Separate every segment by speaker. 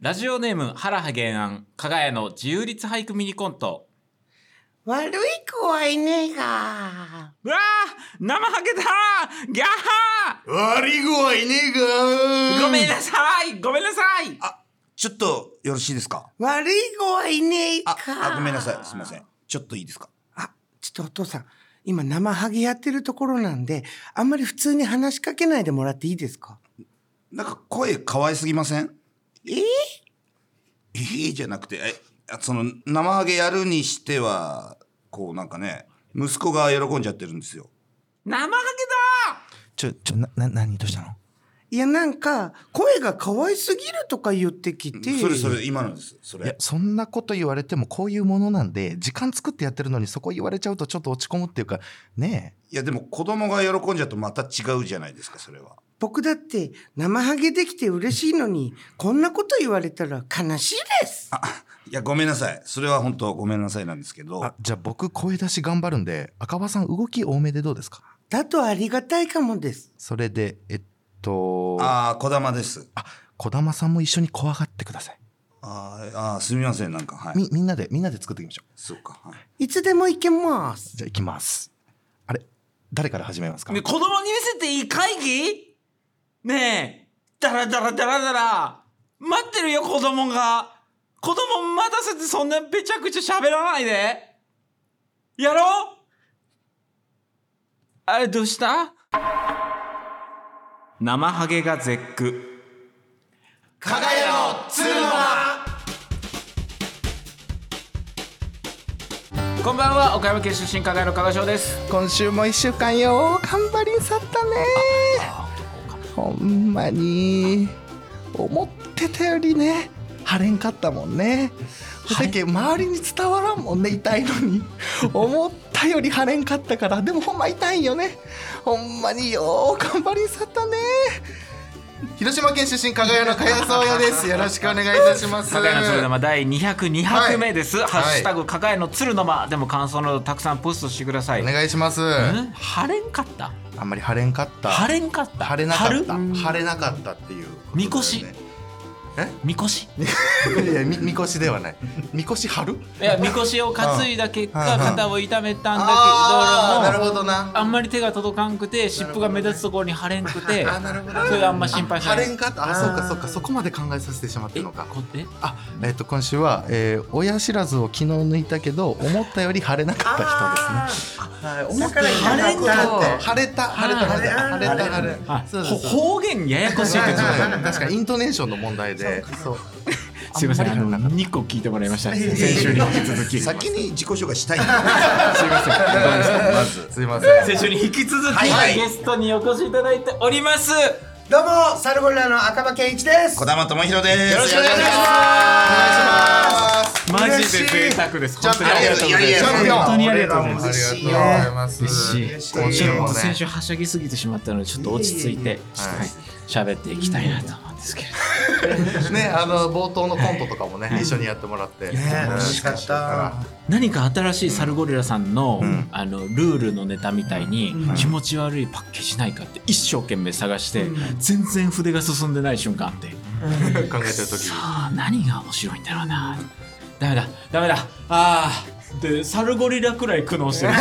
Speaker 1: ラジオネーム原は原案加賀屋の自由律俳句ミニコント
Speaker 2: 悪い子はいねえが。
Speaker 1: うわー生ハゲだーギャッ
Speaker 3: 悪い子はいねえ
Speaker 1: ハー
Speaker 3: か
Speaker 1: ごめんなさいごめんなさい
Speaker 3: あ、ちょっとよろしいですか
Speaker 2: 悪い子はいねえ
Speaker 3: あ
Speaker 2: か。
Speaker 3: あ、ごめんなさい。すみません。ちょっといいですか
Speaker 2: あ、ちょっとお父さん、今生ハゲやってるところなんで、あんまり普通に話しかけないでもらっていいですか
Speaker 3: なんか声可愛すぎません
Speaker 2: えー、
Speaker 3: えーじゃなくて、え、あその、生ハゲやるにしては、こうなんかね、息子が喜んじゃってるんですよ。
Speaker 1: 生ハゲだ
Speaker 4: ちょ、ちょ、な、な、何どうしたの
Speaker 2: いや、なんか、声が可愛すぎるとか言ってきて。
Speaker 3: それそれ、今のです。そ
Speaker 4: いや
Speaker 3: れ。
Speaker 4: そんなこと言われてもこういうものなんで時間作ってやってるのにそこ言われちゃうとちょっと落ち込むっていうかねえ
Speaker 3: いや、でも子供が喜んじゃうとまた違うじゃないですか、それは。
Speaker 2: 僕だって、生ハゲできて嬉しいのに、こんなこと言われたら悲しいです。
Speaker 3: あ、いや、ごめんなさい。それは本当ごめんなさいなんですけど。
Speaker 4: あじゃあ僕声出し頑張るんで赤羽さん動き多めでどうですか
Speaker 2: だとありがたいかもです。
Speaker 4: それでえっとあ
Speaker 3: あー、小玉です。
Speaker 4: 児玉さんも一緒に怖がってください
Speaker 3: あーあー、すみません、なんか、はい。
Speaker 4: みみんなでみんなで作っていきましょう
Speaker 3: そうか、はい。
Speaker 2: いつでも行けます。
Speaker 4: じゃあいきますあれ誰から始めますか
Speaker 1: ね子供に見せていい会議ねえダラダラダラダラ待ってるよ子供が子供待たせてそんなべちゃくちゃ喋らないでやろうあれどうした生ハゲが絶句
Speaker 3: 加賀屋の鶴の間
Speaker 1: こんばんは岡山県出身加賀屋の加賀翔です
Speaker 4: 今週も1週間よ頑張りんさったねほんまに思ってたよりね晴れんかったもんねだけ周りに伝わらんもんね痛いのに思ったより晴れんかったからでもほんま痛いんよねほんまによう頑張りんさったね広島県出身加賀屋の加谷宗也ですよろしくお願いいたします
Speaker 1: 加賀屋の鶴の間第202拍目です、ハッシュタグ加賀屋の鶴の間でも感想などたくさんポストしてください、
Speaker 4: お願いします
Speaker 1: ん晴れんかった
Speaker 4: あんまり晴れんかった
Speaker 1: 晴れんかった
Speaker 4: 晴れなかった
Speaker 1: 春
Speaker 4: 晴れなかったっていうことだよね
Speaker 1: みこしみこし
Speaker 4: いやみみこしではないみこし春
Speaker 1: いやみこしを担いだ結
Speaker 4: う
Speaker 1: 果
Speaker 4: んうん
Speaker 1: 肩を痛めたん
Speaker 4: あー
Speaker 1: だけ
Speaker 4: なる
Speaker 1: ども
Speaker 4: ほどな
Speaker 1: あんまり手が届かんくて尻尾が目立つところに腫れんくて
Speaker 4: あなるほど
Speaker 1: それがあんま心配しな
Speaker 4: 晴れ
Speaker 1: い
Speaker 4: んかったあそうかそうかそこまで考えさせてしまっ
Speaker 1: え
Speaker 4: てるのか
Speaker 1: こえ
Speaker 4: あえっ、と今週は、えー親知らずを昨日抜いたけど思ったより晴れなかった人ですね
Speaker 2: だから
Speaker 4: 晴れ
Speaker 2: 行かなくたって。
Speaker 4: 晴れた晴れた晴れた晴れた晴れた
Speaker 1: あ
Speaker 4: そうそうそう
Speaker 1: ほ方言ややこしいってこと
Speaker 4: はいはい確かにイントネーションの問題でそう
Speaker 1: すいませんあ
Speaker 4: あんま
Speaker 1: の
Speaker 4: りなかっ
Speaker 1: 2個聞いてもらいました先週に引き続き
Speaker 3: 先に自己紹介したいまず
Speaker 4: たすいません
Speaker 1: 先週に引き続き、
Speaker 3: はい
Speaker 1: ゲストにお越しいただいております
Speaker 5: どうも、サルゴリラの赤羽健一です。
Speaker 3: 小玉智博ですよろしくお願いします
Speaker 1: マジで贅沢です本当に
Speaker 3: ありがとうございます
Speaker 1: 本当にありがとうございます
Speaker 5: 嬉しい
Speaker 4: あり
Speaker 5: ね
Speaker 4: がとうございます
Speaker 1: 嬉しい
Speaker 4: 今週もね
Speaker 1: 先週はしゃぎすぎてしまったのでちょっと落ち着いてはい喋っていきたいなと思うんですけれど
Speaker 4: ねあの冒頭のコントとかもね一緒にやってもらって
Speaker 5: ね楽しかった。
Speaker 1: 何か新しいサルゴリラさんの,、あのルールのネタみたいに気持ち悪いパッケージないかって一生懸命探して、全然筆が進んでない瞬間あって、
Speaker 4: 考えてる時
Speaker 1: さ
Speaker 4: に
Speaker 1: あ何が面白いんだろうなダメだダメだあーでサルゴリラくらい苦悩してるサ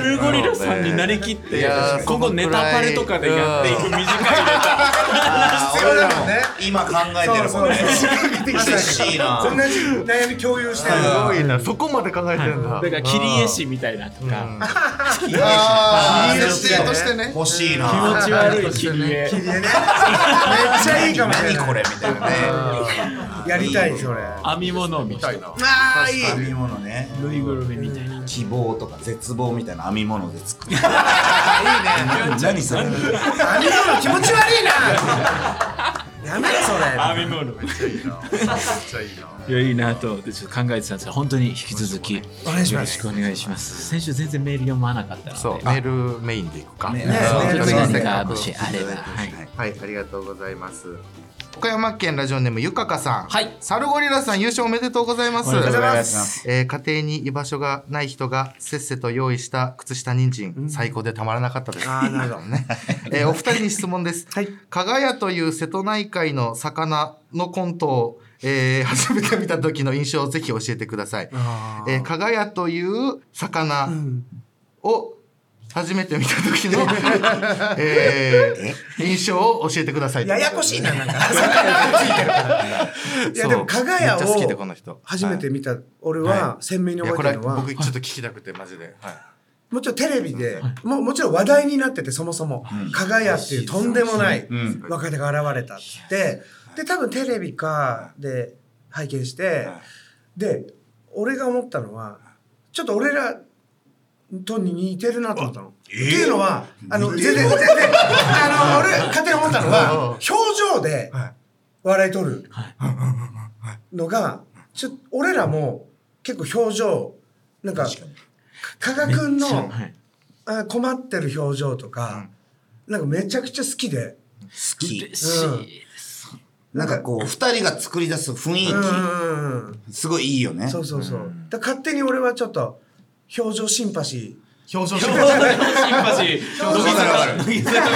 Speaker 1: ルゴリラさんになりきって、
Speaker 4: いやー
Speaker 1: ここネタパレとかでやっていく短いネタ
Speaker 5: 必要だもんね。
Speaker 3: 今考えてるもんね
Speaker 5: まさに
Speaker 3: 嬉しいな
Speaker 5: 同じ悩み共有してる。
Speaker 4: すごいなそこまで考えてるんだ
Speaker 1: だから切り絵師みたいなとか、
Speaker 4: あ
Speaker 3: ー
Speaker 4: ー
Speaker 3: いいですね
Speaker 4: 設定としてね
Speaker 3: 欲しい
Speaker 1: 気持
Speaker 3: な
Speaker 1: ち悪い切り絵
Speaker 5: 切り絵ね。めっちゃいいかもしれない。
Speaker 3: 何これみたいなね
Speaker 5: やりたいそれ。
Speaker 1: 編み物みたいな
Speaker 3: ああいい編み物ね
Speaker 1: ぬいぐるみみたいな
Speaker 3: 希望とか絶望みたいな編み物で作るいいね何それ
Speaker 5: あみの気持ち悪いな。やめろそれ。
Speaker 1: 編み物めっちゃいいな
Speaker 4: ちゃいいない
Speaker 1: やいいなと思ってちょっと考えてたんですけど本当に引き続きよ
Speaker 5: お願いし
Speaker 1: ろ
Speaker 5: ま
Speaker 1: し
Speaker 5: す。
Speaker 1: くお願いします先週全然メール読まなかったので
Speaker 4: そうメールメインでいくか
Speaker 3: ね
Speaker 4: うん
Speaker 1: ちょっと
Speaker 5: メール
Speaker 1: 何かもしあればはい
Speaker 4: はいありがとうございます岡山県ラジオネームゆかかさん、
Speaker 1: はい
Speaker 4: サルゴリラさん優勝おめでとうございます
Speaker 2: おめでとうございま。
Speaker 4: ますす、えー家庭に居場所がない人がせっせと用意した靴下人参、最高でたまらなかったです
Speaker 2: あーなるほど
Speaker 4: ね、 えーお二人に質問です、加賀屋という瀬戸内海の魚のコントを、えー初めて見た時の印象をぜひ教えてください、
Speaker 2: あ
Speaker 4: えー、加賀屋という魚
Speaker 6: ん
Speaker 4: を初めて見た時の、えー印象を教えてください
Speaker 2: ーややこしいな、なんか。いや、
Speaker 4: そう
Speaker 2: でも、加賀屋
Speaker 4: めっちゃ好きでこの
Speaker 2: を
Speaker 4: 人
Speaker 2: 初めて見た、俺は鮮明に
Speaker 4: いやこ
Speaker 2: 覚え
Speaker 4: れ
Speaker 2: てるの
Speaker 4: は
Speaker 2: は
Speaker 4: 僕、ちょっと聞きたくてマジで、はい
Speaker 2: もちろんテレビで、もうもちろん話題になってて、そもそも、加賀屋っていうとんでもない
Speaker 3: うん
Speaker 2: 若手が現れたっつって、で、多分テレビか、で、拝見して、で、俺が思ったのは、ちょっと俺らと似てるなと思ったの。っていうのは、あの、全然、全然、あの、俺、勝手に思ったのは、表情で笑い取るのが、ちょ俺らも結構表情、なんか、加賀くんの、
Speaker 1: はい
Speaker 2: あ困ってる表情とか、なんかめちゃくちゃ好きで。
Speaker 3: 好き
Speaker 1: 嬉し
Speaker 2: うん
Speaker 1: いです
Speaker 3: なんかこう二人が作り出す雰囲
Speaker 2: うんうんうん。
Speaker 3: 気すごいいいよね
Speaker 2: そうそうそう。だから勝手に俺はちょっと、表情シンパシ
Speaker 4: 表彰
Speaker 1: シン
Speaker 4: 式
Speaker 1: パシー
Speaker 3: わ
Speaker 1: 乃木
Speaker 3: かるわか
Speaker 1: 坂
Speaker 3: る
Speaker 1: 乃木坂みたいな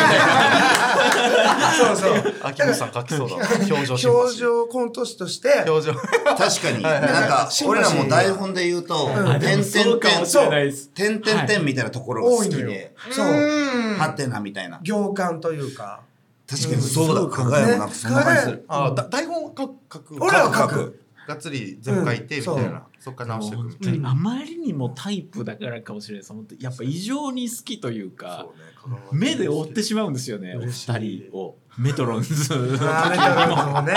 Speaker 2: ー。そうそう。
Speaker 4: 秋元さん書きそうだな 表情式
Speaker 2: 表情コント師として、
Speaker 4: 表情
Speaker 3: 確かに、なんか、俺らも台本で言うと、点
Speaker 1: そうか
Speaker 3: 々
Speaker 1: も
Speaker 3: 点、
Speaker 1: しれないです
Speaker 3: 点々点みたいなところが
Speaker 2: 多
Speaker 3: 好
Speaker 2: い
Speaker 3: き
Speaker 2: のよ
Speaker 3: で、。
Speaker 2: そう。
Speaker 3: ハテナみたいな。
Speaker 2: 行間というか。
Speaker 3: 確かにそうだ、加賀山なんかそんな感じする。
Speaker 4: あだ台本書く書く
Speaker 2: 俺らは書く
Speaker 4: がっつり全部書いてみたいな、そっから直していくみ
Speaker 1: 本
Speaker 4: たい
Speaker 1: 当にあまりにもタイプだからかもしれないです本当にやっぱ異常に好きという
Speaker 4: な
Speaker 1: か
Speaker 4: そうね香川
Speaker 1: 目で追ってしまうんですよねお二人をメトロンズ
Speaker 2: あーなるほどね。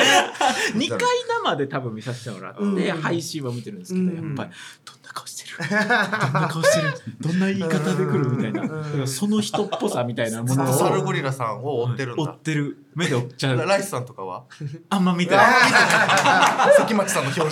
Speaker 1: 2回生で多分見させてもらって、
Speaker 2: うん
Speaker 1: 配信は見てるんですけど、
Speaker 2: うん
Speaker 1: やっぱりどんな顔してるどんな顔してるどんな言い方で来るみたいな、
Speaker 2: うん
Speaker 1: だからその人っぽさみたいなもの
Speaker 4: サル
Speaker 1: を
Speaker 4: ゴリラさんを追ってるん
Speaker 1: 追
Speaker 4: だ
Speaker 1: ってる目で追っちゃう
Speaker 4: ライスさんとかは
Speaker 1: あんま見てない
Speaker 4: 関町さんの表情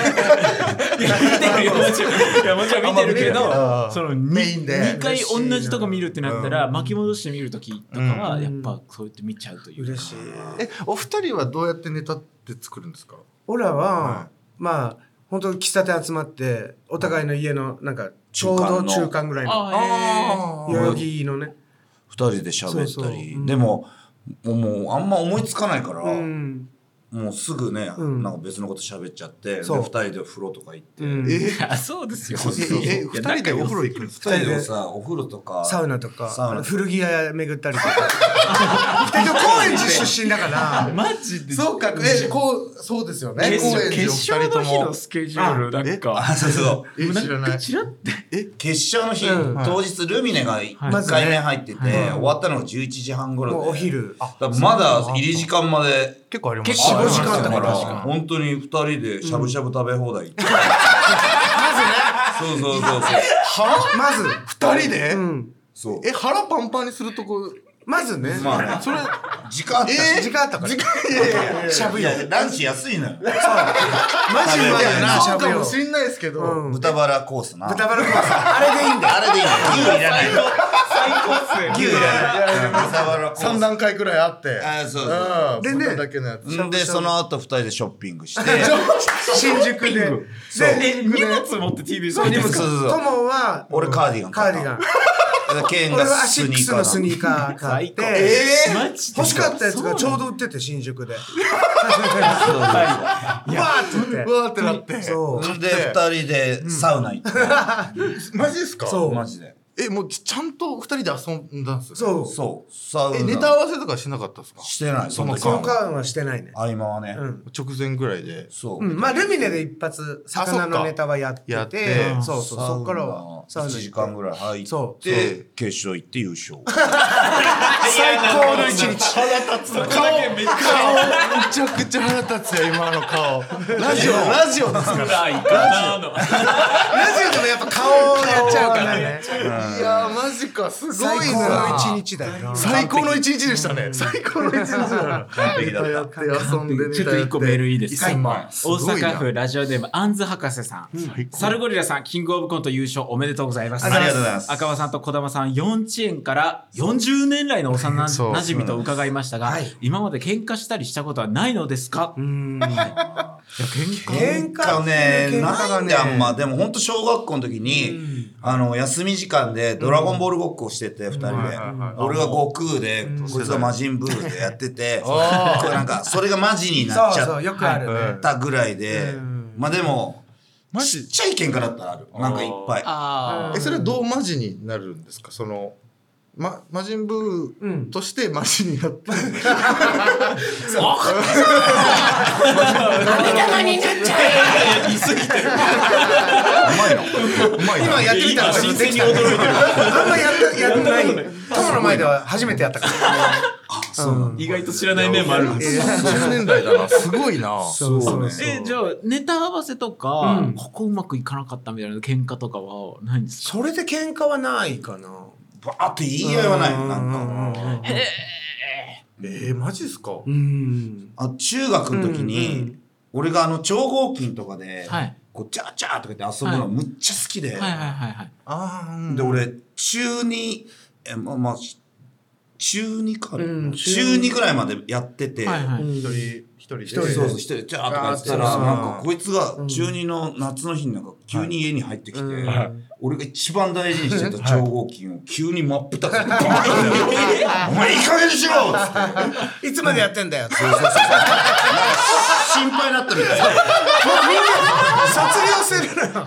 Speaker 1: いや見てるよもちろんいやもちろん見てるけ
Speaker 4: あんま見てるけど
Speaker 1: どそのに
Speaker 4: メインで
Speaker 1: 2回同じとこ見るってなったら、巻き戻して見るときとかは
Speaker 2: うん
Speaker 1: やっぱそうやって見ちゃうというか
Speaker 2: 嬉しい。
Speaker 4: えお二人はどうやってネタって作るんですか
Speaker 2: 俺らは、
Speaker 4: は
Speaker 2: まあ、本当喫茶店集まって、お互いの家の、なんか、ちょうど中間ぐらいの、
Speaker 1: あへー
Speaker 4: あ
Speaker 2: 代々木のね。
Speaker 3: 二人で喋
Speaker 2: そ
Speaker 3: っ
Speaker 2: うそ
Speaker 3: た
Speaker 2: うう
Speaker 3: り。
Speaker 2: ん
Speaker 3: でも、もうあんま思いつかないから、
Speaker 2: うん。
Speaker 3: もうすぐね、
Speaker 2: うん
Speaker 3: なんか別のこと喋っちゃって、で
Speaker 2: そう
Speaker 3: 二人でお風呂とか行って。
Speaker 2: うん
Speaker 4: え
Speaker 1: あそうですよ
Speaker 3: そうそうそう
Speaker 4: え二人でお風呂行く んですか
Speaker 3: 二人でさ、お風呂とか、
Speaker 2: サウナとか
Speaker 3: サウナとか
Speaker 2: 古着屋巡ったりとか二人とも高円寺出身だから
Speaker 1: マジで
Speaker 4: そうかえこうそうですよね
Speaker 1: 決
Speaker 4: 高円
Speaker 1: 勝
Speaker 4: 寺
Speaker 1: 決勝の日のスケジュールなんか
Speaker 3: あ、 そうそう。
Speaker 4: お二人ともえ知らない
Speaker 1: ちらって
Speaker 3: 決勝の日、
Speaker 2: うん
Speaker 3: 当日ルミネが1
Speaker 1: はい
Speaker 3: 回目入ってて、終わったのが11時半頃で
Speaker 2: もうお昼
Speaker 3: だからまだ入り時間まで
Speaker 4: 結構あります
Speaker 3: 結構
Speaker 2: あ
Speaker 3: 4
Speaker 2: り
Speaker 3: 時
Speaker 2: ます
Speaker 3: 間だから
Speaker 2: 確
Speaker 3: 本当に2人でしゃぶしゃぶ食べ放題 行って、そうそうそう
Speaker 4: 腹
Speaker 2: まず
Speaker 4: 二人で、
Speaker 2: うん
Speaker 3: そうそう
Speaker 4: え腹パンパンにするとこ
Speaker 2: まずね
Speaker 3: まあね
Speaker 4: それ
Speaker 3: 時間あったし、
Speaker 2: 時間あったから
Speaker 4: いやいやいや
Speaker 3: しゃぶやランチ安いのよ
Speaker 2: マジうまいよなし
Speaker 4: そ
Speaker 2: ゃ
Speaker 4: う
Speaker 2: ぶ
Speaker 4: か
Speaker 2: よ
Speaker 4: もしんないですけど、
Speaker 2: うん
Speaker 3: 豚バラコースな
Speaker 2: 豚バラコースあれでいいんだよ
Speaker 3: あれでいいの牛いらないの牛いらない豚バラコー
Speaker 4: 三
Speaker 3: ス
Speaker 4: 段階くらいあって
Speaker 3: あそうそう
Speaker 4: うん
Speaker 2: でね
Speaker 4: 豚だけのやつ
Speaker 3: んでその後二人でショッピングして
Speaker 2: 新宿でで
Speaker 1: え荷物持って TBS
Speaker 2: そう
Speaker 1: 見てる
Speaker 3: そうそうそう
Speaker 2: トモは
Speaker 3: 俺カーディガン
Speaker 2: カ
Speaker 3: 買
Speaker 2: ー
Speaker 3: っ
Speaker 2: デ
Speaker 3: た
Speaker 2: ィガン
Speaker 3: ケン
Speaker 2: 俺
Speaker 3: が
Speaker 2: はア
Speaker 3: ス
Speaker 2: シッ
Speaker 3: ニ
Speaker 2: ク
Speaker 3: ー
Speaker 2: ス
Speaker 3: カー
Speaker 2: の
Speaker 3: な
Speaker 2: スニーカー買っ
Speaker 1: 最高
Speaker 2: て
Speaker 1: マジで
Speaker 2: 欲しかったやつがちょうど売ってて新宿でわーって
Speaker 4: うわーってなっ
Speaker 2: 言って
Speaker 4: て
Speaker 2: そう
Speaker 3: で二人でサウナ行って、
Speaker 4: マジですか
Speaker 2: そう
Speaker 3: マジで
Speaker 4: えもうちちゃんと二人で遊んだんですよ
Speaker 2: そう
Speaker 4: ね
Speaker 2: そ
Speaker 3: そうサウナ
Speaker 4: えネタ合わせとかしなかったですか
Speaker 3: してないその
Speaker 4: そ
Speaker 2: の
Speaker 3: 間
Speaker 2: カーンはしてないね
Speaker 3: 合間はね、
Speaker 2: うん
Speaker 4: 直前ぐらいで
Speaker 3: そ
Speaker 2: う
Speaker 3: う、
Speaker 2: ん、まあルミネで一発魚のネタはやってて
Speaker 4: あそっかやって
Speaker 2: そうそう
Speaker 3: サウナ
Speaker 2: そっからは
Speaker 3: 1時間ぐ
Speaker 2: らい
Speaker 3: らい入って
Speaker 2: そう
Speaker 3: で決勝行って優 勝
Speaker 2: 最高の一日
Speaker 4: 顔めちゃくちゃ腹立つよ今の顔 ラジオラジオですから
Speaker 1: 暗いかなの
Speaker 2: ラジオでもやっぱ顔をやっちゃうからね
Speaker 4: いやーマジかす
Speaker 2: 最
Speaker 4: ごい
Speaker 2: 高の
Speaker 4: な
Speaker 2: 一日だよな
Speaker 4: 最高の一日でしたね最高の一日だ
Speaker 3: 完璧だった
Speaker 4: やって遊んでみた
Speaker 1: ちょっと一個メールいいですか
Speaker 4: 1000
Speaker 1: 大
Speaker 4: 万
Speaker 1: 阪府ラジオネームアンズ博士さん、サルゴリラさんキングオブコント優勝おめでとうございます
Speaker 3: ありがとうございます
Speaker 1: 赤羽さんと児玉さん4遅延から40年来の幼な
Speaker 4: そう
Speaker 1: 馴染みと伺いましたが、
Speaker 5: はい
Speaker 1: 今まで喧嘩したりしたことはないのですか、い
Speaker 5: うん。
Speaker 1: や喧嘩
Speaker 3: 喧
Speaker 5: 喧
Speaker 3: 嘩
Speaker 5: 嘩ね
Speaker 3: ね、ないんだよ、あんま。
Speaker 5: で
Speaker 3: でも本当小学校の時に、あの、休み時間でドラゴンボールごっこをしてて、二人で
Speaker 4: はいはいはい。
Speaker 3: 俺が悟空で、こいつが魔人ブーでやってて、こうなんか、それがマジになっち
Speaker 5: そう
Speaker 3: ゃ
Speaker 5: そう、
Speaker 3: っ
Speaker 5: よくあるね。
Speaker 3: たぐらいで
Speaker 5: うん、
Speaker 3: まあでも、
Speaker 4: マ
Speaker 3: ちっ
Speaker 4: ジ
Speaker 3: ちゃい喧嘩だったらある。なんかいっぱい。
Speaker 1: あ
Speaker 5: ー
Speaker 4: えそれはどうマジになるんですかそのま魔人ブ
Speaker 5: う
Speaker 4: ー
Speaker 5: ん
Speaker 4: としてマジになって、
Speaker 3: うまいの
Speaker 4: うまいな
Speaker 5: 今やってみたら
Speaker 1: 今新鮮に驚いてる
Speaker 5: あんまやった、やってない。友の前では初めてやったから。
Speaker 1: 意外と知らない面もあ るんです
Speaker 4: 10年代だなすごいな
Speaker 3: そうね。
Speaker 1: えじゃあネタ合わせとか、
Speaker 5: うん
Speaker 1: ここうまくいかなかったみたいな喧嘩とかはないんですか
Speaker 5: それで喧嘩はないかな。
Speaker 3: バーって言い合いはない。なんか。
Speaker 5: か。
Speaker 4: えー、マジっすか
Speaker 5: うん。
Speaker 3: あ中学の時
Speaker 5: う
Speaker 3: に
Speaker 5: ん、
Speaker 3: 俺があの、超合金とかで
Speaker 1: はい、
Speaker 3: こう、チャーチャーとか言って遊ぶのがむっちゃ好きで、
Speaker 1: はいはいはいはい
Speaker 4: ああ、うん
Speaker 3: で、俺、中2、え、まあ、まあ、中2か、
Speaker 5: うん
Speaker 3: 中2ぐらいまでやってて、
Speaker 1: はいはい
Speaker 4: 一人一人で一
Speaker 3: そ
Speaker 5: 人
Speaker 3: う
Speaker 5: で
Speaker 3: そう、一人、じゃあとか言ってたら、
Speaker 4: あーそうそう
Speaker 3: なんか、こいつが中2の夏の日になんか、急に家に入ってきて、
Speaker 5: うん
Speaker 3: 俺が一番大事にしてた超合金を急に真っ 二つに、バーンってお前いい加減にしろっつって。
Speaker 5: いつまでやってんだよ。
Speaker 3: そうそうそう。なんか心配になったみたいな。
Speaker 5: 卒業するのよ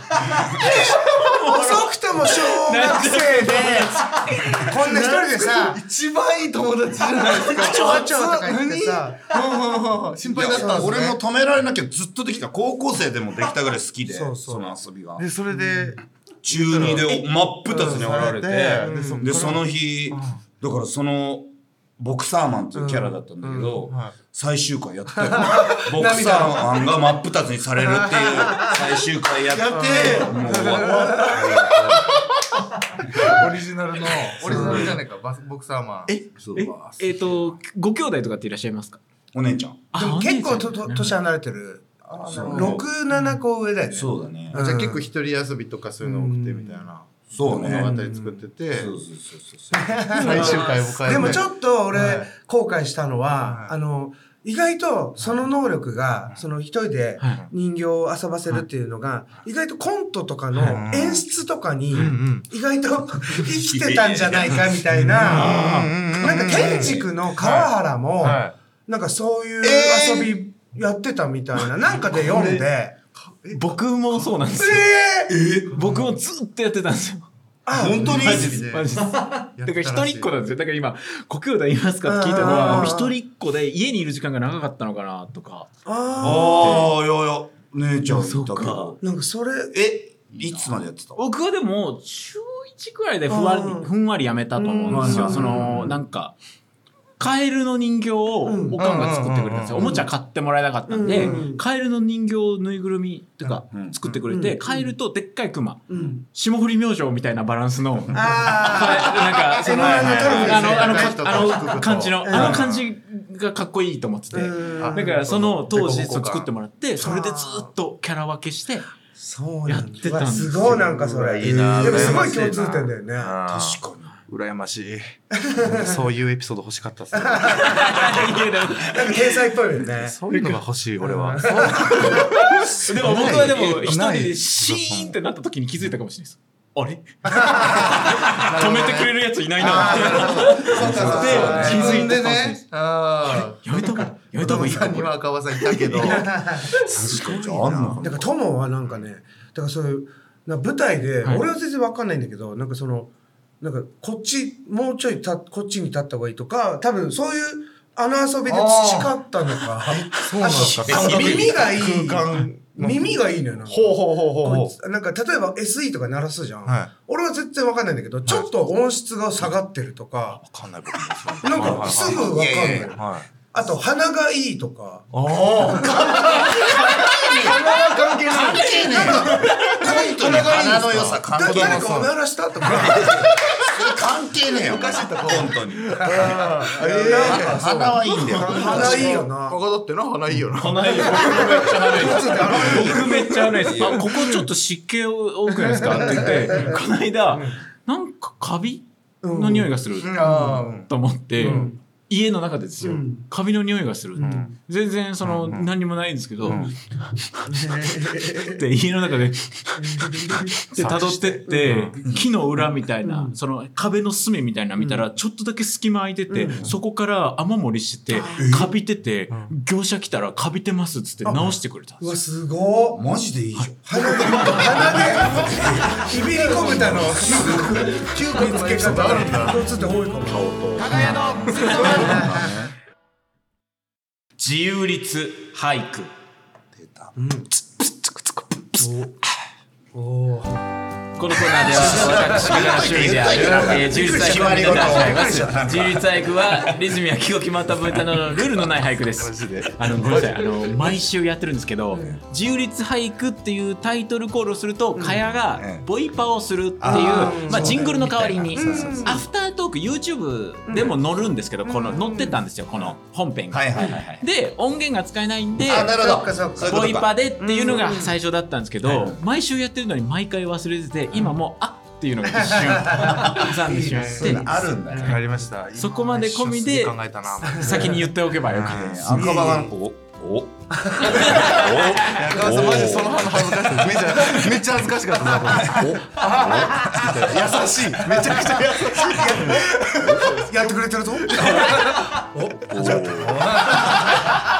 Speaker 5: 遅くとも小学生でこんな一人でさ
Speaker 4: 一番いい友達じゃないですか
Speaker 5: 「ちょちょ」とか言ってさ
Speaker 4: 何心配だったんですね
Speaker 3: 俺も止められなきゃずっとできた。高校生でもできたぐらい好きで、
Speaker 5: そ
Speaker 3: そう
Speaker 5: そう
Speaker 3: の遊びが。
Speaker 4: でそれで、
Speaker 3: 中二で真っ二つにおられて、
Speaker 4: うん
Speaker 3: で
Speaker 4: されて
Speaker 3: でその日、だからそのボクサーマンっていうキャラだったんだけど、
Speaker 4: はい
Speaker 3: 最終回や ってボクサーマンが真っ二つにされるっていう最終回やってもう終わ
Speaker 4: オリジナルのオリジナルじゃないかバスボクサーマンえ
Speaker 3: そう
Speaker 1: えっ、とご兄弟とかっていらっしゃいますか
Speaker 3: お姉ちゃん
Speaker 5: でも結構と
Speaker 1: あお姉
Speaker 5: と
Speaker 1: ちゃん
Speaker 5: 年離れてる
Speaker 3: そう
Speaker 5: 67個上だよね
Speaker 3: そうだね、
Speaker 4: じゃあ結構一人遊びとかそういうの多くてみたいな
Speaker 3: そうね、
Speaker 4: 物語作ってて
Speaker 3: そうそうそう そう
Speaker 4: 最終回を変えて
Speaker 5: でもちょっと俺
Speaker 4: はい
Speaker 5: 後悔したの
Speaker 4: は
Speaker 5: は
Speaker 4: い
Speaker 5: あの意外とその能力がその一人で
Speaker 1: はい
Speaker 5: 人形を遊ばせるっていうのが意外とコントとかの
Speaker 4: はい
Speaker 5: 演出とかに
Speaker 4: ん
Speaker 5: 意外と生きてたんじゃないかみたいななんか天竺の川原も
Speaker 4: は
Speaker 5: なんかそういう遊びやってたみたいな、なんかで読んで。
Speaker 1: 僕もそうなんですよ
Speaker 5: え
Speaker 1: 僕もずっとやってたんですよ
Speaker 3: 本当に
Speaker 1: マジですマジです
Speaker 4: い
Speaker 1: だから一人っ子なんですよ。だから今、ご兄弟いますかって聞いたの
Speaker 5: あ
Speaker 1: は、
Speaker 5: ー
Speaker 1: 一人っ子で家にいる時間が長かったのかなとか。
Speaker 5: あ
Speaker 3: ああいやいや姉ちゃんいた
Speaker 1: そう
Speaker 3: け
Speaker 1: か
Speaker 3: ど
Speaker 5: あ、なんかそれ、
Speaker 3: えいつまでやってた
Speaker 1: 僕はでも、中1くらいでふわ
Speaker 5: あー
Speaker 1: り、ふんわりやめたと思うんです
Speaker 5: う
Speaker 1: よ。
Speaker 5: ん
Speaker 1: その、なんか、カエルの人形を
Speaker 5: うん
Speaker 1: おかんが作ってくれたんですよ。
Speaker 4: う
Speaker 1: お
Speaker 4: ん
Speaker 1: もちゃ買ってもらえなかったんで
Speaker 5: うん、
Speaker 1: カエルの人形をぬいぐるみとか
Speaker 3: うん
Speaker 1: 作ってくれ
Speaker 5: う
Speaker 1: て、
Speaker 5: ん
Speaker 1: カエルとでっかいクマ、
Speaker 5: うん。
Speaker 1: 霜降り明星みたいなバランスの、
Speaker 5: あ
Speaker 1: なんか、その、
Speaker 5: M1 のトロフィー
Speaker 1: あの、あの
Speaker 4: です
Speaker 1: か、
Speaker 4: ね
Speaker 1: あの感じの、
Speaker 5: ん
Speaker 1: あの感じがかっこいいと思ってて。
Speaker 5: あ、
Speaker 1: だからその当時
Speaker 4: 凸凹
Speaker 1: そう
Speaker 4: 感
Speaker 1: 作ってもらってそれでずっとキャラ分けして
Speaker 5: そう
Speaker 1: やってたん
Speaker 5: わ
Speaker 1: です
Speaker 5: す
Speaker 1: よ
Speaker 5: ごいなんかそれ。
Speaker 4: いいな
Speaker 5: でもすごい共通点だよね。
Speaker 4: 確
Speaker 3: 確か
Speaker 4: 羨ましいそういうエピソード欲しかったっすね
Speaker 5: なんか天才っぽいよね。
Speaker 4: そういうのが欲しい俺は
Speaker 1: でも僕はでも
Speaker 4: ない
Speaker 1: 一人でシーンってなった時に気づいたかもしれないですあれ 止めてくれるやついないなで気づいたかもしれないです
Speaker 4: あ
Speaker 1: やめた方がやめた
Speaker 4: ト
Speaker 1: 方が
Speaker 4: ム
Speaker 1: いい
Speaker 4: さ
Speaker 1: か
Speaker 4: ん
Speaker 1: も
Speaker 4: には赤羽さんいたけど
Speaker 3: に確かにじゃああんのかな
Speaker 5: だからトモはなんかね、だからそういう、なんか舞台で、
Speaker 1: はい
Speaker 5: 俺は全然わかんないんだけど、なんかその、なんかこっち、もうちょいたこっちに立った方がいいとか、多分そういう、あの遊びで培ったのか。
Speaker 4: そうなのか
Speaker 5: あと耳がいい。
Speaker 4: 空間の
Speaker 5: 耳がいいのよなんか。
Speaker 4: ほうほうほうほうほ
Speaker 5: こいつなんか例えば SE とか鳴らすじゃん、
Speaker 4: はい
Speaker 5: 俺は絶対わかんないんだけど、ちょっと音質が下がってるとか
Speaker 4: うわかんない僕
Speaker 5: なんかすぐわかんない,、
Speaker 3: いやいや
Speaker 4: はい
Speaker 5: あと鼻がいいとか
Speaker 4: おお関係ない
Speaker 3: 本当に鼻の良さ関
Speaker 5: だ
Speaker 3: 係ない
Speaker 5: 誰かおならしたとか
Speaker 3: 関係ねえよおかしいと本当に
Speaker 5: なんか
Speaker 3: 鼻はいいんだよ
Speaker 5: 鼻いいよな
Speaker 4: 赤だってな鼻いいよな
Speaker 1: ないよ僕めっちゃないですあここちょっと湿気多くないですかって言ってこの間なんかカビの匂いがする
Speaker 5: ああ、うん
Speaker 1: と思って、
Speaker 5: うん
Speaker 1: 家の中でですよ、
Speaker 5: うん
Speaker 1: カビの匂いがするって、
Speaker 5: うん
Speaker 1: 全然その、
Speaker 3: うんうん
Speaker 1: 何にもないんですけど、
Speaker 3: うん
Speaker 1: で家の中でで辿ってって、木の裏みたいな、その壁の隅みたいなの見たら、ちょっとだけ隙間空いてて、そこから雨漏りしてて、カビてて、業者来たらカビてますっつって直してくれたんで
Speaker 5: う
Speaker 1: すよ
Speaker 5: わすごっ
Speaker 3: マジでいいじゃん
Speaker 5: 鼻で鼻でひびりこ豚の
Speaker 4: 嗅覚
Speaker 5: 見
Speaker 4: の
Speaker 5: つ
Speaker 4: エ
Speaker 5: け
Speaker 4: ピソー
Speaker 5: 方
Speaker 4: ドあるんだ
Speaker 5: 共通点多いかも
Speaker 1: 自由律俳句
Speaker 3: 出た
Speaker 1: このコーナーでは私が趣味である、えー、自由律俳句を歌ってしまいます自由律俳句はリズムや記号決まった分担のルールのない俳句ですあのごめんなさいあの毎週やってるんですけど「自由律俳句」っていうタイトルコールをするとかやが
Speaker 3: うん
Speaker 1: ボイパをするっていう、
Speaker 3: あ
Speaker 1: ま
Speaker 3: ーそう
Speaker 1: あ、
Speaker 3: ね
Speaker 1: ジングルの代わりに
Speaker 3: みたいなそうそうそう
Speaker 1: アフタートーク YouTube でも載るんですけどこの載ってたんですよこの本編が。
Speaker 3: はいはいはいはい
Speaker 1: で音源が使えないんで
Speaker 3: あなるほど
Speaker 5: そっかそっか
Speaker 3: そういうこ
Speaker 1: ボ
Speaker 3: と
Speaker 1: イ
Speaker 3: か
Speaker 1: パでっていうのが最初だったんですけど、毎週やってるのに毎回忘れてて、今もう、あっっていうのが一 瞬挟んでしまっ
Speaker 3: そういうの
Speaker 1: て、
Speaker 3: あるんだね
Speaker 7: わかりました。
Speaker 1: そこまで込み
Speaker 7: 今
Speaker 1: で
Speaker 7: 一瞬すぐ考えたな。
Speaker 1: 先に言っておけばよかったです。
Speaker 3: 赤羽がおおお
Speaker 7: 中川さんマジでその反応恥ずかしい。めちゃめちゃ恥ずかしかったなこれ。優しい。めちゃくちゃ優しい。
Speaker 5: やってくれてるぞ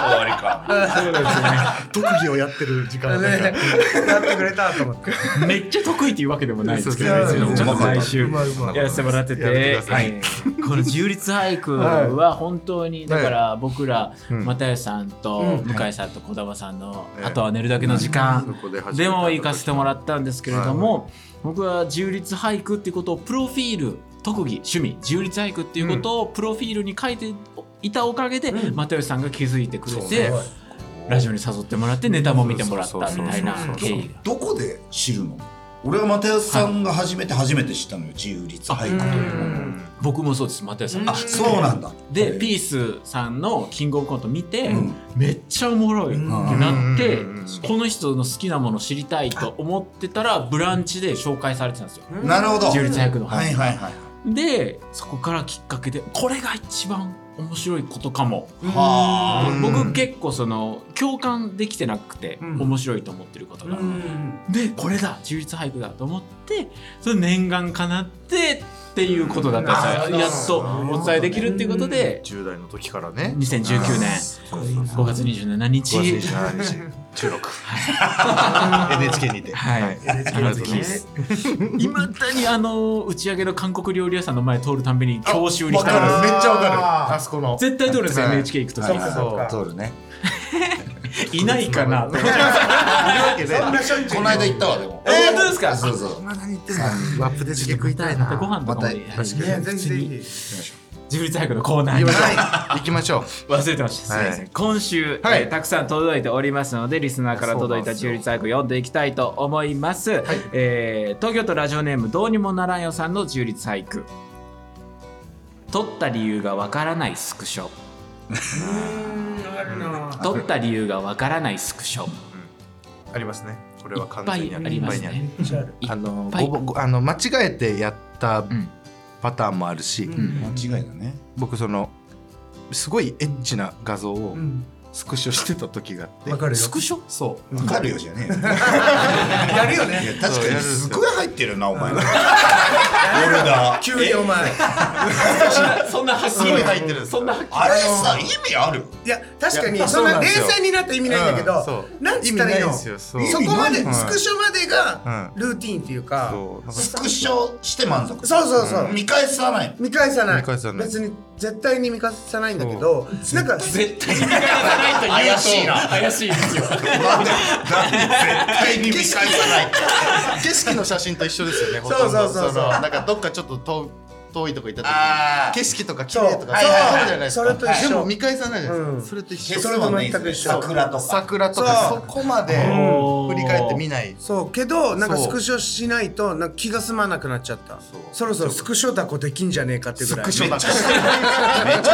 Speaker 3: 終わりか
Speaker 7: 特技をやってる時間が
Speaker 5: ねやってくれたと思って
Speaker 1: めっちゃ得意っていうわけでもないですけど、
Speaker 5: そうそうそう
Speaker 1: ちょっと毎週
Speaker 5: うまいうまい
Speaker 1: やらせてもらってて、
Speaker 7: やってくだ
Speaker 1: は
Speaker 7: さい
Speaker 1: い この自由律俳句は本当に、だから僕ら、又吉さんと向井さんと児玉さんの、あとは寝るだけの時間、
Speaker 7: そこで初めて
Speaker 1: でも行かせてもらったんですけれども、僕は自由律俳句っていうことをプロフィール特技趣味自由律俳句っていうことをプロフィールに書いていたおかげで、又吉さんが気づいてくれて、ラジオに誘ってもらってネタも見てもらったみたいな経緯が。
Speaker 3: どこで知るの俺は又吉さんが初めて初めて知ったのよ自由律俳句というものを
Speaker 1: 僕もそうです又吉さん
Speaker 3: あそうなんだ
Speaker 1: で、ピースさんのキングオブコント見て、
Speaker 3: うん
Speaker 1: めっちゃおもろいってなって、
Speaker 7: うん
Speaker 1: この人の好きなもの知りたいと思ってたら、ブランチで紹介されてたんですよ。
Speaker 3: なるほど
Speaker 1: 自由律俳句の
Speaker 3: はいはいはい
Speaker 1: で、そこからきっかけで、これが一番面白いことかも。
Speaker 3: は
Speaker 7: うん
Speaker 1: 僕結構その、共感できてなくて、面白いと思ってることが。で、これだ自由律俳句だと思って、それ念願かなって、っていうことだったんですよ。
Speaker 5: うん
Speaker 1: やっとお伝えできるっていうことで、
Speaker 7: 10代の時からね。
Speaker 1: 2019年5月27日
Speaker 7: 5月27日収録 NHK にて。
Speaker 1: はいあの時
Speaker 7: ありがとうございます
Speaker 1: いまだにあの打ち上げの韓国料理屋さんの前通るたんびに教習にし
Speaker 7: わか
Speaker 1: た
Speaker 7: る
Speaker 1: んで
Speaker 7: めっちゃわかる。あそこの。
Speaker 1: す絶対通るんですよ
Speaker 7: はい
Speaker 1: NHK 行くと
Speaker 3: はいはい
Speaker 7: そう
Speaker 5: か
Speaker 3: 通るね
Speaker 1: いないかな
Speaker 5: そんなしょっちゅう
Speaker 3: この間行ったわでも
Speaker 1: え本当ですか
Speaker 3: そうそう
Speaker 7: 何言ってんのワップで食いたいな
Speaker 1: ご飯とかもね
Speaker 3: ま
Speaker 1: はい
Speaker 5: いやぜひ
Speaker 1: 自
Speaker 5: ぜひ
Speaker 1: 由律俳句のコーナー
Speaker 7: 行き
Speaker 1: に
Speaker 7: ましょう。行きましょう。
Speaker 1: 忘れてましたすいません
Speaker 7: はい
Speaker 1: 今週、
Speaker 7: はい
Speaker 1: えーたくさん届いておりますのでリスナーから届い
Speaker 7: そ
Speaker 1: た自
Speaker 7: う
Speaker 1: 由
Speaker 7: なんです
Speaker 1: 律俳句読んでいきたいと思います、えー東京都ラジオネームどうにもならんよさんの自由律俳句取った理由がわからないスクショ取った理由がわからないスクショいっ
Speaker 7: ありますね。これは完
Speaker 1: ぱ
Speaker 7: 全
Speaker 1: い
Speaker 7: に
Speaker 1: あ
Speaker 7: あ
Speaker 1: ります
Speaker 7: いっぱいにあ
Speaker 1: ねいっぱい
Speaker 7: あの
Speaker 1: ぱい
Speaker 7: ごぼごあの間違えてやった
Speaker 1: ん
Speaker 7: パターンもあるし、
Speaker 3: 間違いだね
Speaker 7: 僕そのすごいエッチな画像を
Speaker 5: うん
Speaker 7: スクショしてた時があって、
Speaker 5: わかるよ
Speaker 1: スクショ
Speaker 7: そ
Speaker 3: わかるよじゃねえよ
Speaker 5: やるよ
Speaker 3: いや
Speaker 5: ね
Speaker 3: 確かにすごい入ってるなお前のオルダー
Speaker 5: 急にお前
Speaker 1: そんな発
Speaker 7: すごい入ってるんです
Speaker 1: そんな発
Speaker 3: あれさ意味ある
Speaker 5: いや確かに
Speaker 7: いや
Speaker 5: そん
Speaker 7: そうな
Speaker 5: なん冷
Speaker 7: ですよ
Speaker 5: 静になった意味ないんだけ
Speaker 7: うん
Speaker 5: ど
Speaker 7: そう
Speaker 5: なんつったらい
Speaker 7: 意味ない
Speaker 5: いの
Speaker 7: んです
Speaker 5: そ
Speaker 7: よそう
Speaker 5: こまで
Speaker 7: 意味ない
Speaker 5: スクショまでが
Speaker 7: う
Speaker 5: ルーティンっていうか
Speaker 7: うそう
Speaker 3: スクショして満足
Speaker 5: そうそうそう
Speaker 3: 見返さない
Speaker 5: 見返さない
Speaker 7: 見返さない
Speaker 5: 別に絶対に見返さないんだけどなんか
Speaker 1: 絶対に見返さないと言うと
Speaker 3: 怪しいな
Speaker 1: 怪しいですよ
Speaker 3: 絶対に見返さない
Speaker 7: 景色の写真と一緒ですよねほとんど
Speaker 5: そうそうそうそう
Speaker 7: のなんかどっかちょっと遠遠いとこ行った時
Speaker 3: あー
Speaker 7: に景色とか綺麗とかそうい
Speaker 5: そう
Speaker 7: う
Speaker 5: はいはいはい
Speaker 7: ことじゃないですか
Speaker 5: それと一緒
Speaker 7: でも見返さないじゃないですか、
Speaker 5: うん
Speaker 7: それと一
Speaker 3: え
Speaker 7: 緒
Speaker 3: それもね
Speaker 5: 全く一緒
Speaker 3: 桜とか
Speaker 7: 桜とかそ
Speaker 5: そう
Speaker 7: こまで
Speaker 1: おー
Speaker 4: 振り返って見ない
Speaker 5: そうけどなんか
Speaker 4: そう
Speaker 5: スクショしないとなんか気が済まなくなっちゃったそろそろスクショだこできんじゃねえかってぐらい
Speaker 4: めちゃくちゃしてる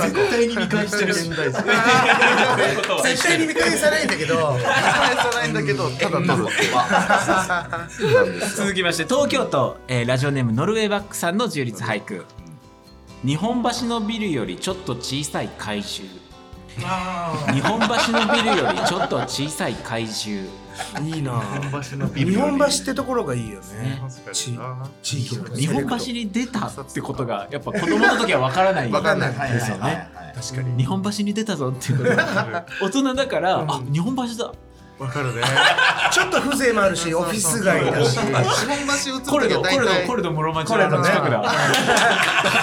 Speaker 4: 絶対に見返してる現代人
Speaker 5: 絶対に見返さないんだけど
Speaker 4: 返さないんだけどただ撮る
Speaker 1: 続きまして東京都、えーラジオネームノルウェーバックさんの自由律俳句日本橋のビルよりちょっと小さい怪獣日本橋のビルよりちょっと小さい怪獣
Speaker 5: いいな日
Speaker 7: 日
Speaker 5: 本
Speaker 7: 本
Speaker 5: 橋
Speaker 7: 橋
Speaker 5: ってところがいいよね
Speaker 7: 確かにな
Speaker 5: 地域の
Speaker 1: 日本橋に出たってことがやっぱ子供の時は分からない
Speaker 5: わかんない
Speaker 1: ですよね
Speaker 5: 確かに
Speaker 1: 日本橋に出たぞっていうことが大人だから、あ日本橋だ
Speaker 7: わかるね
Speaker 5: ちょっと風情もあるしオフィス街だし
Speaker 4: 日本橋映る
Speaker 1: コレ
Speaker 4: 時
Speaker 1: ド
Speaker 4: は
Speaker 1: コレ
Speaker 4: 大
Speaker 1: ド
Speaker 4: 体
Speaker 1: コレド室町のあの近くだ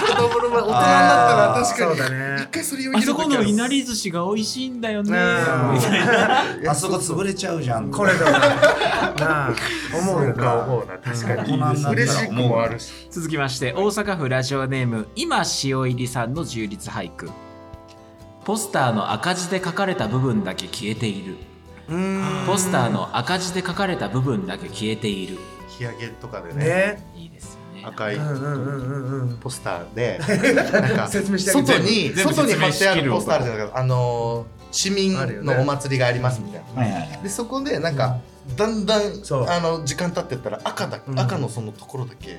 Speaker 4: 子供の前大人になったら確か
Speaker 5: そう
Speaker 4: に
Speaker 5: だね
Speaker 4: 一回それを
Speaker 1: あ
Speaker 4: 言う
Speaker 1: そこ
Speaker 4: 時
Speaker 1: の
Speaker 4: る
Speaker 1: いなり寿司が美味しいんだよね
Speaker 5: うん
Speaker 1: みたいな
Speaker 3: あそこ潰れちゃうじゃん
Speaker 5: これだななあ思うよな
Speaker 7: うな確か
Speaker 3: にいいですね
Speaker 7: 嬉しくもあるし
Speaker 1: 続きまして大阪府ラジオネーム今塩入りさんの充実俳句ポスターの赤字で書かれた部分だけ消えているポスターの赤字で書かれた部分だけ消えている
Speaker 7: 日焼けとかでね
Speaker 5: ね
Speaker 1: いいですよね
Speaker 7: 赤
Speaker 5: う
Speaker 7: い
Speaker 5: んうんうんうんうん
Speaker 7: ポスターでなんか
Speaker 5: 説明してあげて
Speaker 4: 外に
Speaker 1: 全部
Speaker 4: 外に貼って
Speaker 1: 全部説明し
Speaker 4: あ
Speaker 1: きる
Speaker 4: るポスターあるじゃないですかあのー市民
Speaker 5: あるよね
Speaker 4: のお祭りがありますみたいな、でそこでなんかだんだん
Speaker 5: そう
Speaker 4: あの時間経ってったら赤だ、
Speaker 5: うん
Speaker 4: 赤のそのところだけ
Speaker 3: ん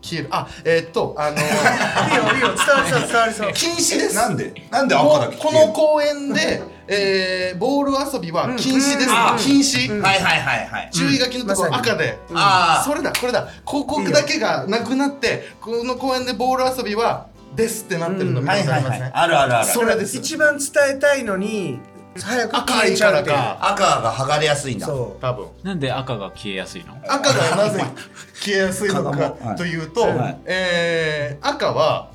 Speaker 4: 消えるあえーっとあのー
Speaker 5: いいよいいよ伝わりそう伝わりそう
Speaker 4: 禁止です
Speaker 3: なんでなんで赤だけ
Speaker 4: ここの公園で、えーボール遊びは禁止です、禁止、
Speaker 3: はいはいはいはい
Speaker 4: 注意書きのところ赤で、
Speaker 3: んあー
Speaker 4: それだこれだ広告だけがなくなってこの公園でボール遊びはですってなってるの見た
Speaker 3: は
Speaker 4: こ
Speaker 3: い
Speaker 4: とあ
Speaker 3: は
Speaker 4: り
Speaker 3: い
Speaker 4: ま
Speaker 3: は
Speaker 4: す
Speaker 3: い
Speaker 4: ね
Speaker 3: あるあるある
Speaker 4: それです
Speaker 5: 一番伝えたいのに早く
Speaker 4: 赤
Speaker 5: 消え
Speaker 4: い
Speaker 5: ちゃ
Speaker 4: か
Speaker 5: う
Speaker 4: ら
Speaker 5: っていう
Speaker 4: か
Speaker 3: 赤が剥がれやすいんだ
Speaker 5: そ
Speaker 7: 多分
Speaker 1: なんで赤が消えやすいの
Speaker 4: 赤がなぜ消えやすいのかというと、
Speaker 3: はい
Speaker 4: えー赤は、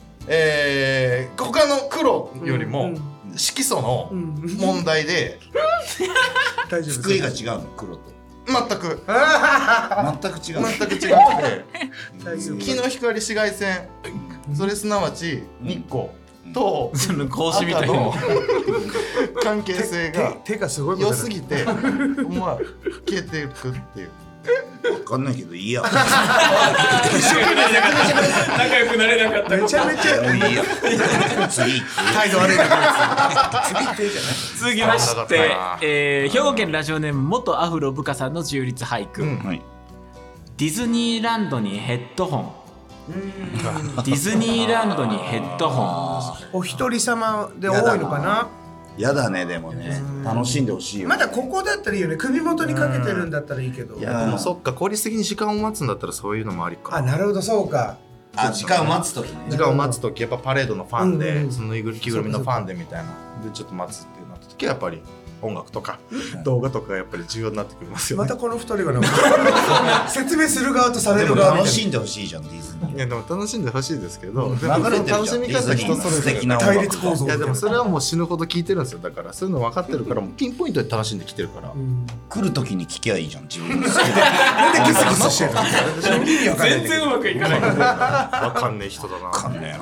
Speaker 4: えー他の黒よりも色素の問題で
Speaker 5: う大丈夫
Speaker 3: 作りが違うの黒と
Speaker 4: 全く
Speaker 3: 全く違う
Speaker 4: 全く違くて
Speaker 5: 大丈夫
Speaker 4: 日の光紫外線それすなわち日光と
Speaker 1: その格子みたい
Speaker 4: 赤
Speaker 1: な
Speaker 4: の関係性が
Speaker 5: 手手がすごいこと
Speaker 4: 良
Speaker 5: にな
Speaker 4: す
Speaker 5: る
Speaker 4: ぎてまあ消えていくっていう。
Speaker 3: わかんないけどいいや
Speaker 1: 仲良くなれなかった
Speaker 5: めちゃめちゃ
Speaker 3: もういいや次
Speaker 4: 態度悪い
Speaker 1: 続きま
Speaker 7: 危
Speaker 1: し
Speaker 7: な
Speaker 1: て
Speaker 7: かっ、た
Speaker 1: えー兵庫県ラジオネーム元アフロブカさんの充実俳句、
Speaker 3: はい
Speaker 1: ディズニーランドにヘッドホンディズニーランドにヘッドホン
Speaker 5: お一人様で多いのかな
Speaker 3: やだねでもね楽しんでほしいよ
Speaker 5: まだここだったらいいよね首元にかけてるんだったらいいけど
Speaker 7: いやでもそっか効率的に時間を待つんだったらそういうのもありか
Speaker 5: あなるほどそうか
Speaker 3: あ時間を待つ時ね
Speaker 4: 時間を待つ時やっぱパレードのファンで、
Speaker 5: うんうん
Speaker 4: そのぬいぐる着ぐるみのファンでみたいなでちょっと待つってなった時はやっぱり音楽とか動画とかがやっぱり重要になってくりますよ
Speaker 5: ま
Speaker 4: ね。
Speaker 5: たこの二人がなんか説明する側とされ
Speaker 3: でも
Speaker 5: る側み
Speaker 3: 楽
Speaker 5: たいな
Speaker 3: しんでほしいじゃんディズニ
Speaker 4: い
Speaker 3: ー
Speaker 4: やでも楽しんでほしいですけど、でも
Speaker 3: 流れてるじゃん
Speaker 4: 楽しみ方人それ
Speaker 3: 素
Speaker 4: ぞれ
Speaker 3: 敵な音
Speaker 5: 対立構
Speaker 3: 楽
Speaker 5: 造
Speaker 4: いやでもそれはもう死ぬほど聞いてるんですよだからそういうの分かってるからもうピンポイントで楽しんできてるから、
Speaker 3: 来る時に聞きゃいいじゃん自分の好き
Speaker 5: なんでギスギスしてるの
Speaker 1: 全然うまくいかない
Speaker 7: 分かんねえ人だな
Speaker 3: なんだよ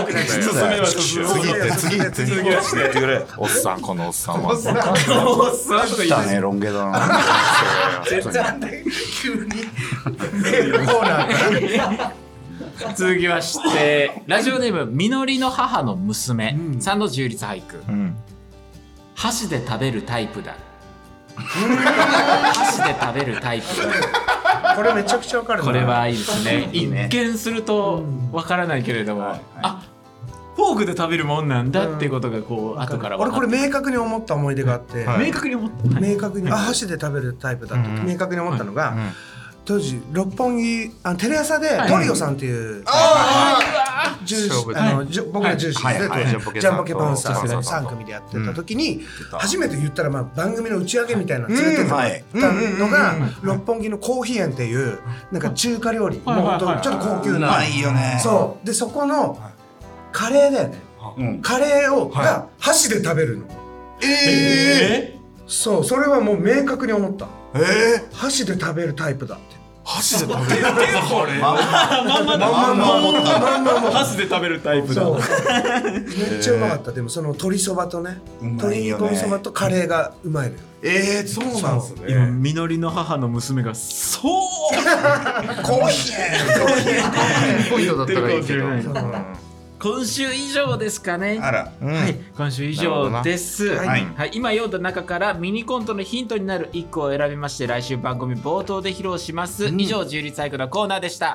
Speaker 3: な
Speaker 1: 一つ目は進
Speaker 5: そう
Speaker 7: 次行って次行って次行って
Speaker 3: 言ってくれ
Speaker 7: おっさんこのおっさんは
Speaker 1: おっさんとか言い
Speaker 3: だねロン毛だな
Speaker 1: 続きましてラジオネームみのりの母の娘さんの充実俳句、箸で食べるタイプだ箸で食べるタイプだ
Speaker 5: これめちゃくちゃわかるな
Speaker 1: これはいいですね
Speaker 3: いいね
Speaker 1: 一見するとわからないけれども、
Speaker 3: はいはい
Speaker 1: あフォークで食べるもんなんだっていうことがこう、後から分
Speaker 5: 俺
Speaker 1: か
Speaker 5: こ
Speaker 1: っ
Speaker 5: れ明確に思った思い出があって、
Speaker 7: はい
Speaker 1: 明確に思った、
Speaker 5: 明確に、あ箸で食べるタイプだって明確に思ったのが、当時六本木あテレ朝で
Speaker 1: はい
Speaker 5: トリオさんっていう、ジューシ
Speaker 7: 勝負
Speaker 5: あのジュ僕のジューシーで、
Speaker 7: はいはいジャンポケ
Speaker 5: ジャンポケパンサ
Speaker 7: パンサ
Speaker 5: ー
Speaker 7: ー
Speaker 5: 三組でやってた時に、初めて言ったらまあ番組の打ち上げみたいなの連れてってもらったのが、六本木のコーヒー園っていうなんか中華料理、もう本当にちょっと高級
Speaker 3: う
Speaker 5: な、
Speaker 3: まいよね
Speaker 5: そうでそこのカレーだよね
Speaker 3: うん
Speaker 5: カレーを、が箸で食べるのそうそれはもう明確に思った
Speaker 7: え
Speaker 5: 箸で食べるタイプだって
Speaker 4: 箸じゃ食べれない
Speaker 1: まんま
Speaker 5: まんま持ったまんま持った
Speaker 1: ハスで食べるタイプだ
Speaker 5: そうめっちゃうまかったでもその鶏そばとね
Speaker 3: うまい
Speaker 5: 鶏
Speaker 3: よね
Speaker 5: 肉そばとカレーがうまいのよ
Speaker 4: えー、そうなんす
Speaker 1: 今
Speaker 4: ね
Speaker 1: みのりの母の娘がそう
Speaker 3: コーヒー
Speaker 4: ポイントだったらいいけど
Speaker 1: 言ってる
Speaker 5: かもしれない
Speaker 4: うん
Speaker 1: 今週以上ですかね
Speaker 3: あら
Speaker 1: はい、今週以上です。
Speaker 5: どな
Speaker 1: は
Speaker 3: はいい、
Speaker 1: はい今読んだ中からミニコントのヒントになる1個を選びまして、来週番組冒頭で披露します。以上、自由律俳句のコーナーでした。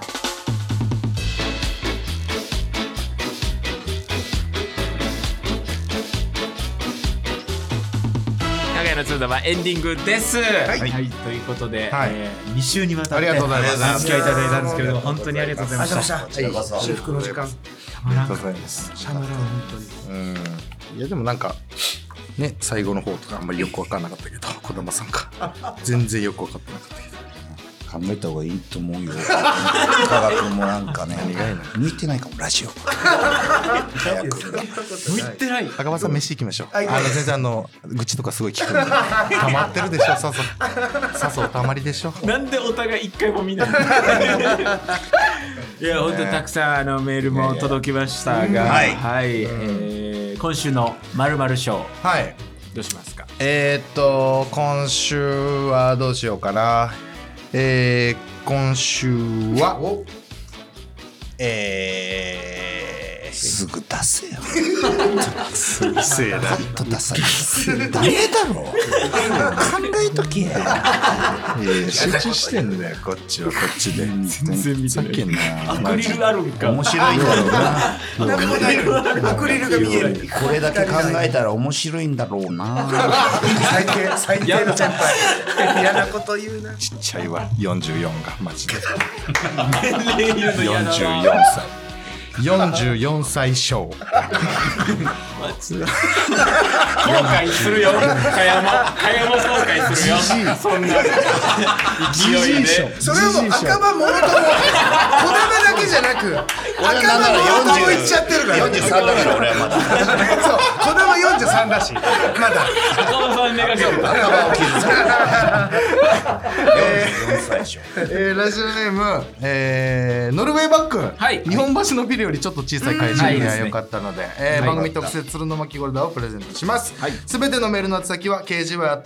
Speaker 1: 長屋の通談はエンディングです。はいい、ということで、
Speaker 4: はい
Speaker 1: えー、2週にわたっ
Speaker 4: あ
Speaker 1: て
Speaker 4: りがとうございます
Speaker 1: お付き合いいただいたんですけれども、本当にありがとうござい
Speaker 5: あ
Speaker 1: ま
Speaker 5: り
Speaker 1: し
Speaker 5: が
Speaker 1: た。
Speaker 5: とうございました
Speaker 3: こちらこそ
Speaker 5: 私服の時間
Speaker 1: たまらん
Speaker 4: ございます
Speaker 5: シャムラン本当に
Speaker 4: うんいやでもなんかね最後の方とかあんまりよく分かんなかったけど児玉さんが 全然よく分かってなかったけど
Speaker 3: 考えた方がいいと思うよ科学もなんかね
Speaker 4: がいな
Speaker 3: 向いてないかもラジオ早く
Speaker 1: 向いてない。
Speaker 4: 赤羽さん飯行きましょうあ
Speaker 5: はい
Speaker 4: の全然あの愚痴とかすごい聞くん で溜まってるでしょさぞさぞ溜まりでしょ
Speaker 1: なんでお互い一回も見ないいや本当にたくさんあのメールも届きましたが、は、
Speaker 3: はいい
Speaker 1: えー今週のまるまる賞
Speaker 4: はい
Speaker 1: どうしますか。
Speaker 4: えー、っと今週はどうしようかなえー、今週はえー
Speaker 3: すぐ出せよ
Speaker 4: うるせえな
Speaker 3: パッと出さないダメだろ考えとけよ
Speaker 4: いやいや集中してんだよこっちはこっちで
Speaker 1: 然見て
Speaker 4: さ
Speaker 1: な
Speaker 4: っ
Speaker 1: い
Speaker 4: きの
Speaker 1: ア
Speaker 4: な
Speaker 1: クリルあるんか。
Speaker 3: 面白いんだろうな
Speaker 5: アクリルアクリルが見える
Speaker 3: これだけ考えたら面白いんだろうな
Speaker 5: 最低最低の先輩嫌なこと言うな
Speaker 4: ちっちゃいわ44がマジで
Speaker 1: 年齢言うの嫌だ
Speaker 4: 44
Speaker 1: な
Speaker 4: 歳44歳賞
Speaker 1: 後悔するよ。かやまかやま後悔するよ。そんな勢いで。
Speaker 5: それはもう赤羽もろとも小玉だけじゃなく赤
Speaker 3: 俺は
Speaker 5: 羽もろともいっちゃってるから
Speaker 3: 43だから俺はまだ
Speaker 5: そう小玉43だしまだ
Speaker 1: 赤羽さんめがけてた。
Speaker 3: 44歳でしょ
Speaker 4: えーラジオネーム、えーノルウェーバック、
Speaker 1: はい
Speaker 4: 日本橋のビルよりちょっと小さい会社
Speaker 1: うん
Speaker 4: に
Speaker 1: はい
Speaker 4: は良かったので、えー番組特設鶴の巻ゴルダーをプレゼントしますすべ、てのメールの宛先は kgy.rcc.net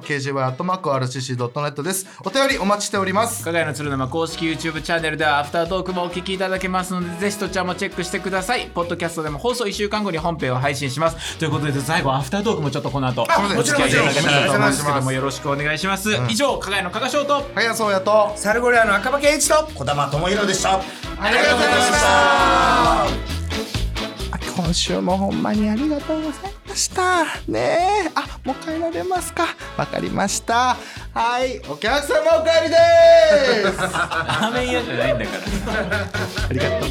Speaker 4: kgy.rcc.net ですお便りお待ちしております
Speaker 1: 加賀屋の鶴生公式 YouTube チャンネルではアフタートークもお聞きいただけますのでぜひそちらもチェックしてくださいポッドキャストでも放送1週間後に本編を配信しますということで最後アフタートークもちょっとこの後お付き合いいただけたらと思うんですけどもよろしくお願いします、以上加賀屋の加賀翔と
Speaker 4: 早そうやと
Speaker 5: サルゴリアの赤羽健一と
Speaker 3: 児玉智弘でした
Speaker 4: ありがとうございました今週もほんまにありがとうございましたねえあもう帰られますかわかりましたはいお客様お帰りですあ
Speaker 1: ラーメン屋じゃないんだから
Speaker 4: りがとう